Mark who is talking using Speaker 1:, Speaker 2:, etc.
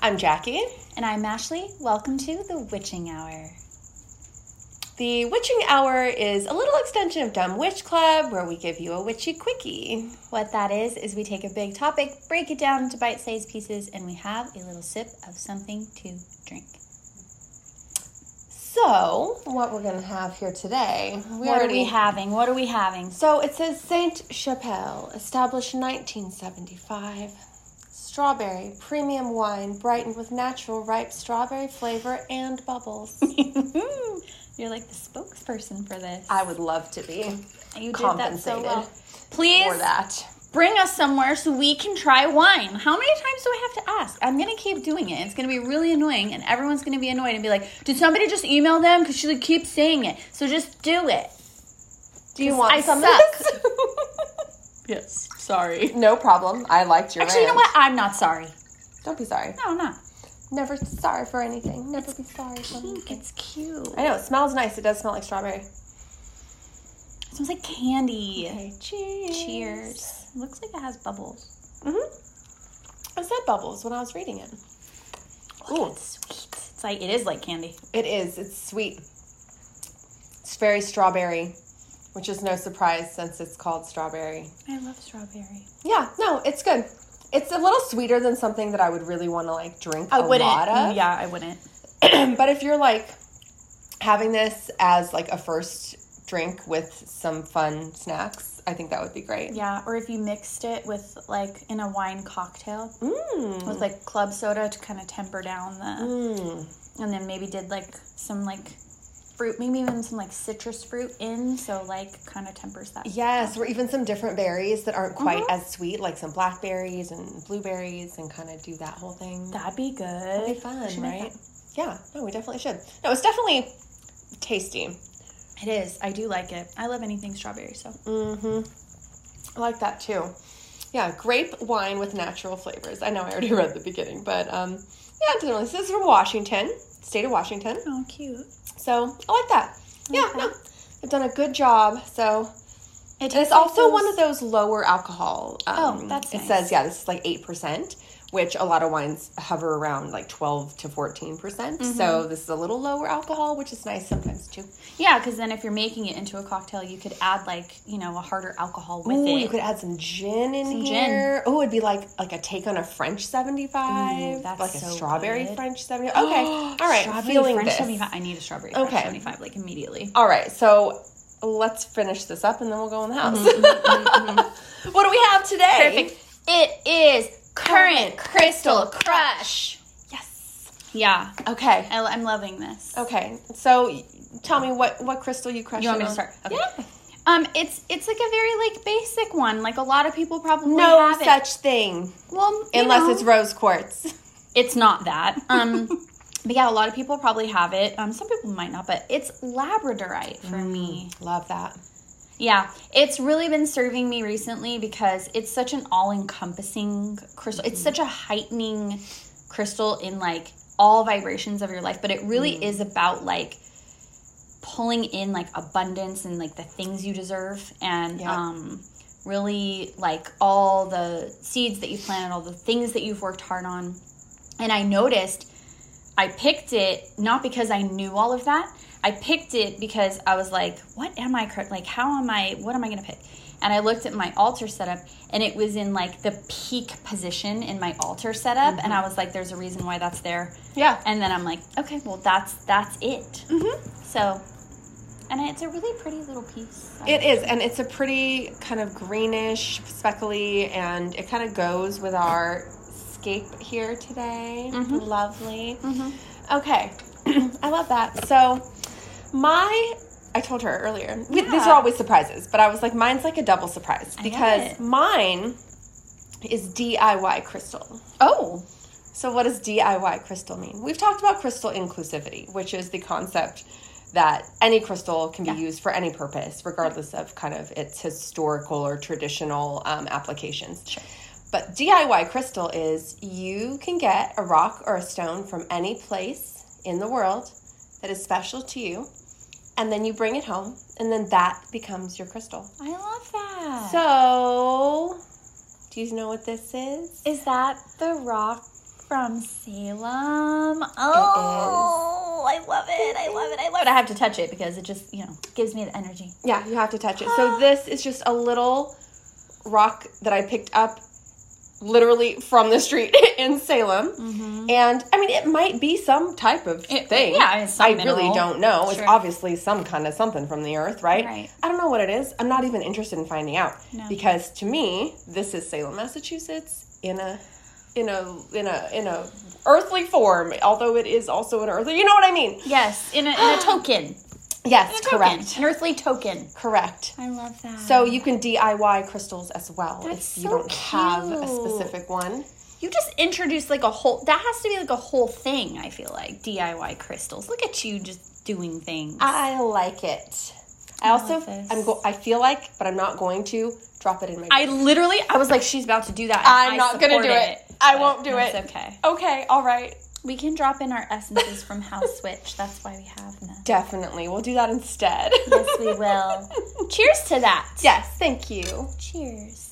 Speaker 1: I'm Jackie.
Speaker 2: And I'm Ashley. Welcome to the Witching Hour.
Speaker 1: The Witching Hour is a little extension of Dumb Witch Club where we give you a witchy quickie.
Speaker 2: What that is, is we take a big topic, break it down into bite sized pieces, and we have a little sip of something to drink.
Speaker 1: So, what we're going to have here today, we
Speaker 2: what are
Speaker 1: already
Speaker 2: we having? What are we having?
Speaker 1: So it says Saint Chapelle, established in 1975. Strawberry, premium wine, brightened with natural ripe strawberry flavor and bubbles.
Speaker 2: You're like the spokesperson for this.
Speaker 1: I would love to be
Speaker 2: you did that
Speaker 1: compensated
Speaker 2: so well.
Speaker 1: for
Speaker 2: Please
Speaker 1: that.
Speaker 2: bring us somewhere so we can try wine. How many times do I have to ask? I'm gonna keep doing it. It's gonna be really annoying, and everyone's gonna be annoyed and be like, "Did somebody just email them?" Because she like, keeps saying it. So just do it.
Speaker 1: Do you want
Speaker 2: I
Speaker 1: some
Speaker 2: suck.
Speaker 1: of this?
Speaker 2: Yes. Sorry.
Speaker 1: no problem. I liked your
Speaker 2: Actually, you know
Speaker 1: rant.
Speaker 2: what? I'm not sorry.
Speaker 1: Don't be sorry.
Speaker 2: No, I'm not.
Speaker 1: Never sorry for anything. Never be sorry for anything.
Speaker 2: Pink. It's cute.
Speaker 1: I know it smells nice. It does smell like strawberry.
Speaker 2: It smells like candy.
Speaker 1: Okay, cheers.
Speaker 2: Cheers. Looks like it has bubbles.
Speaker 1: Mm-hmm. I said bubbles when I was reading it.
Speaker 2: Ooh, it's sweet. It's like it is like candy.
Speaker 1: It is. It's sweet. It's very strawberry, which is no surprise since it's called strawberry.
Speaker 2: I love strawberry.
Speaker 1: Yeah, no, it's good. It's a little sweeter than something that I would really want to like drink
Speaker 2: I
Speaker 1: a
Speaker 2: wouldn't.
Speaker 1: lot of.
Speaker 2: Yeah, I wouldn't.
Speaker 1: but if you're like having this as like a first drink with some fun snacks, I think that would be great.
Speaker 2: Yeah, or if you mixed it with like in a wine cocktail
Speaker 1: Mm.
Speaker 2: with like club soda to kind of temper down the,
Speaker 1: Mm.
Speaker 2: and then maybe did like some like fruit, maybe even some like citrus fruit in, so like kind of tempers that.
Speaker 1: Yes, or even some different berries that aren't quite
Speaker 2: Mhm.
Speaker 1: as sweet, like some blackberries and blueberries, and kind of do that whole thing.
Speaker 2: That'd be good.
Speaker 1: That'd be fun,
Speaker 2: We should make
Speaker 1: right? Yeah, no, we definitely should. No, it's definitely tasty.
Speaker 2: that. It is. I do like it. I love anything strawberry. So
Speaker 1: I like that too. Yeah, grape wine with natural flavors. I know I already read the beginning, but um, yeah, it doesn't really. This is from Washington, state of Washington.
Speaker 2: oh, cute.
Speaker 1: So I like that. Yeah,
Speaker 2: Okay.
Speaker 1: no, they've done a good job. So
Speaker 2: It
Speaker 1: and it's also one of those lower alcohol. Um,
Speaker 2: Oh, that's
Speaker 1: it
Speaker 2: nice.
Speaker 1: says yeah, this is like eight percent, which a lot of wines hover around like twelve to fourteen percent.
Speaker 2: Mm-hmm.
Speaker 1: So this is a little lower alcohol, which is nice sometimes too.
Speaker 2: yeah, because then if you're making it into a cocktail, you could add like you know a harder alcohol with
Speaker 1: Ooh,
Speaker 2: it.
Speaker 1: you could add some gin in
Speaker 2: Some gin.
Speaker 1: here. Oh, it'd be like like a take on a French seventy five,
Speaker 2: Ooh, that's
Speaker 1: like
Speaker 2: so
Speaker 1: a strawberry
Speaker 2: good.
Speaker 1: French seventy. Okay, all right,
Speaker 2: Strawberry
Speaker 1: feeling
Speaker 2: French
Speaker 1: this.
Speaker 2: 75. I need a strawberry
Speaker 1: Okay.
Speaker 2: French 75 like immediately.
Speaker 1: All right, so let's finish this up and then we'll go in the house.
Speaker 2: Mm-hmm,
Speaker 1: what do we have today?
Speaker 2: It is
Speaker 1: Current Crystal Crush. Yes.
Speaker 2: Yeah,
Speaker 1: Okay.
Speaker 2: I, am loving this.
Speaker 1: Okay. So y- tell me what what crystal you crush.
Speaker 2: You want me to start? Yeah. Um, it's it's like a very like basic one. Like a lot of people probably
Speaker 1: No
Speaker 2: have it.
Speaker 1: such thing
Speaker 2: Well, you
Speaker 1: unless
Speaker 2: know.
Speaker 1: it's rose quartz.
Speaker 2: It's not that. Um, but yeah, a lot of people probably have it. Um, some people might not, but it's Labradorite for me.
Speaker 1: Love that.
Speaker 2: Yeah, it's really been serving me recently because it's such an all encompassing crystal. It's such a heightening crystal in like all vibrations of your life, but it really is about like pulling in like abundance and like the things you deserve and
Speaker 1: Yeah.
Speaker 2: um really like all the seeds that you planted, all the things that you've worked hard on. And I noticed I picked it not because I knew all of that. I picked it because I was like, what am I, cur- like, how am I, what am I going to pick? And I looked at my altar setup and it was in like the peak position in my altar setup. And
Speaker 1: Mm-hmm.
Speaker 2: I was like, there's a reason why that's there.
Speaker 1: Yeah.
Speaker 2: And then I'm like, okay, well, that's, that's it. Mm-hmm. So, and it's a really pretty little piece.
Speaker 1: It is, and it's a pretty kind of greenish, speckly, and it kind of goes with our scape here today.
Speaker 2: Mm-hmm.
Speaker 1: Lovely. Okay, I love that. So, my, I told her earlier, we- these
Speaker 2: Yeah.
Speaker 1: are always surprises, but I was like, mine's like a double surprise
Speaker 2: I love
Speaker 1: because
Speaker 2: it.
Speaker 1: mine is DIY crystal.
Speaker 2: oh,
Speaker 1: So, what does DIY crystal mean? We've talked about crystal inclusivity, which is the concept that any crystal can be
Speaker 2: Yeah.
Speaker 1: used for any purpose, regardless of kind of its historical or traditional um, applications. But DIY crystal is you can get a rock or a stone from any place in the world that is special to you, and then you bring it home, and then that becomes your crystal.
Speaker 2: I love that.
Speaker 1: So, do you know what this is?
Speaker 2: Is that the rock from Salem. Oh, I love it. I love it. I love it. I have to touch it because it just, you know, gives me the energy.
Speaker 1: Yeah, you have to touch it. So this is just a little rock that I picked up literally from the street in Salem. And I mean, it might be some type of
Speaker 2: Mm-hmm. It-
Speaker 1: thing.
Speaker 2: yeah, it's some
Speaker 1: I really
Speaker 2: mineral.
Speaker 1: don't know. It's
Speaker 2: Sure.
Speaker 1: obviously some kind of something from the earth, right?
Speaker 2: Right.
Speaker 1: I don't know what it is. I'm not even interested in finding out
Speaker 2: No.
Speaker 1: because to me, this is Salem, Massachusetts in a in a in a in a earthly form, although it is also an earthly. You know what I mean?
Speaker 2: Yes, in a, in a token.
Speaker 1: Yes,
Speaker 2: A token.
Speaker 1: correct.
Speaker 2: An earthly token.
Speaker 1: Correct.
Speaker 2: I love that.
Speaker 1: So you can DIY crystals as well
Speaker 2: That's
Speaker 1: if you
Speaker 2: so
Speaker 1: don't have a
Speaker 2: cute.
Speaker 1: specific one.
Speaker 2: you just introduced like a whole, that has to be like a whole thing, I feel like. DIY crystals. Look at you just doing things.
Speaker 1: I like it. I also
Speaker 2: love this.
Speaker 1: I'm go- I feel like, but I'm not going to drop it in my.
Speaker 2: I literally, I was like, she's about to do that. and
Speaker 1: I'm not gonna
Speaker 2: support
Speaker 1: do it. I
Speaker 2: but
Speaker 1: won't do
Speaker 2: that's
Speaker 1: it.
Speaker 2: okay.
Speaker 1: okay, all right,
Speaker 2: We can drop in our essences from House Switch. That's why we have them.
Speaker 1: definitely we'll do that instead.
Speaker 2: Yes, we will. Cheers to that.
Speaker 1: yes, thank you.
Speaker 2: Cheers.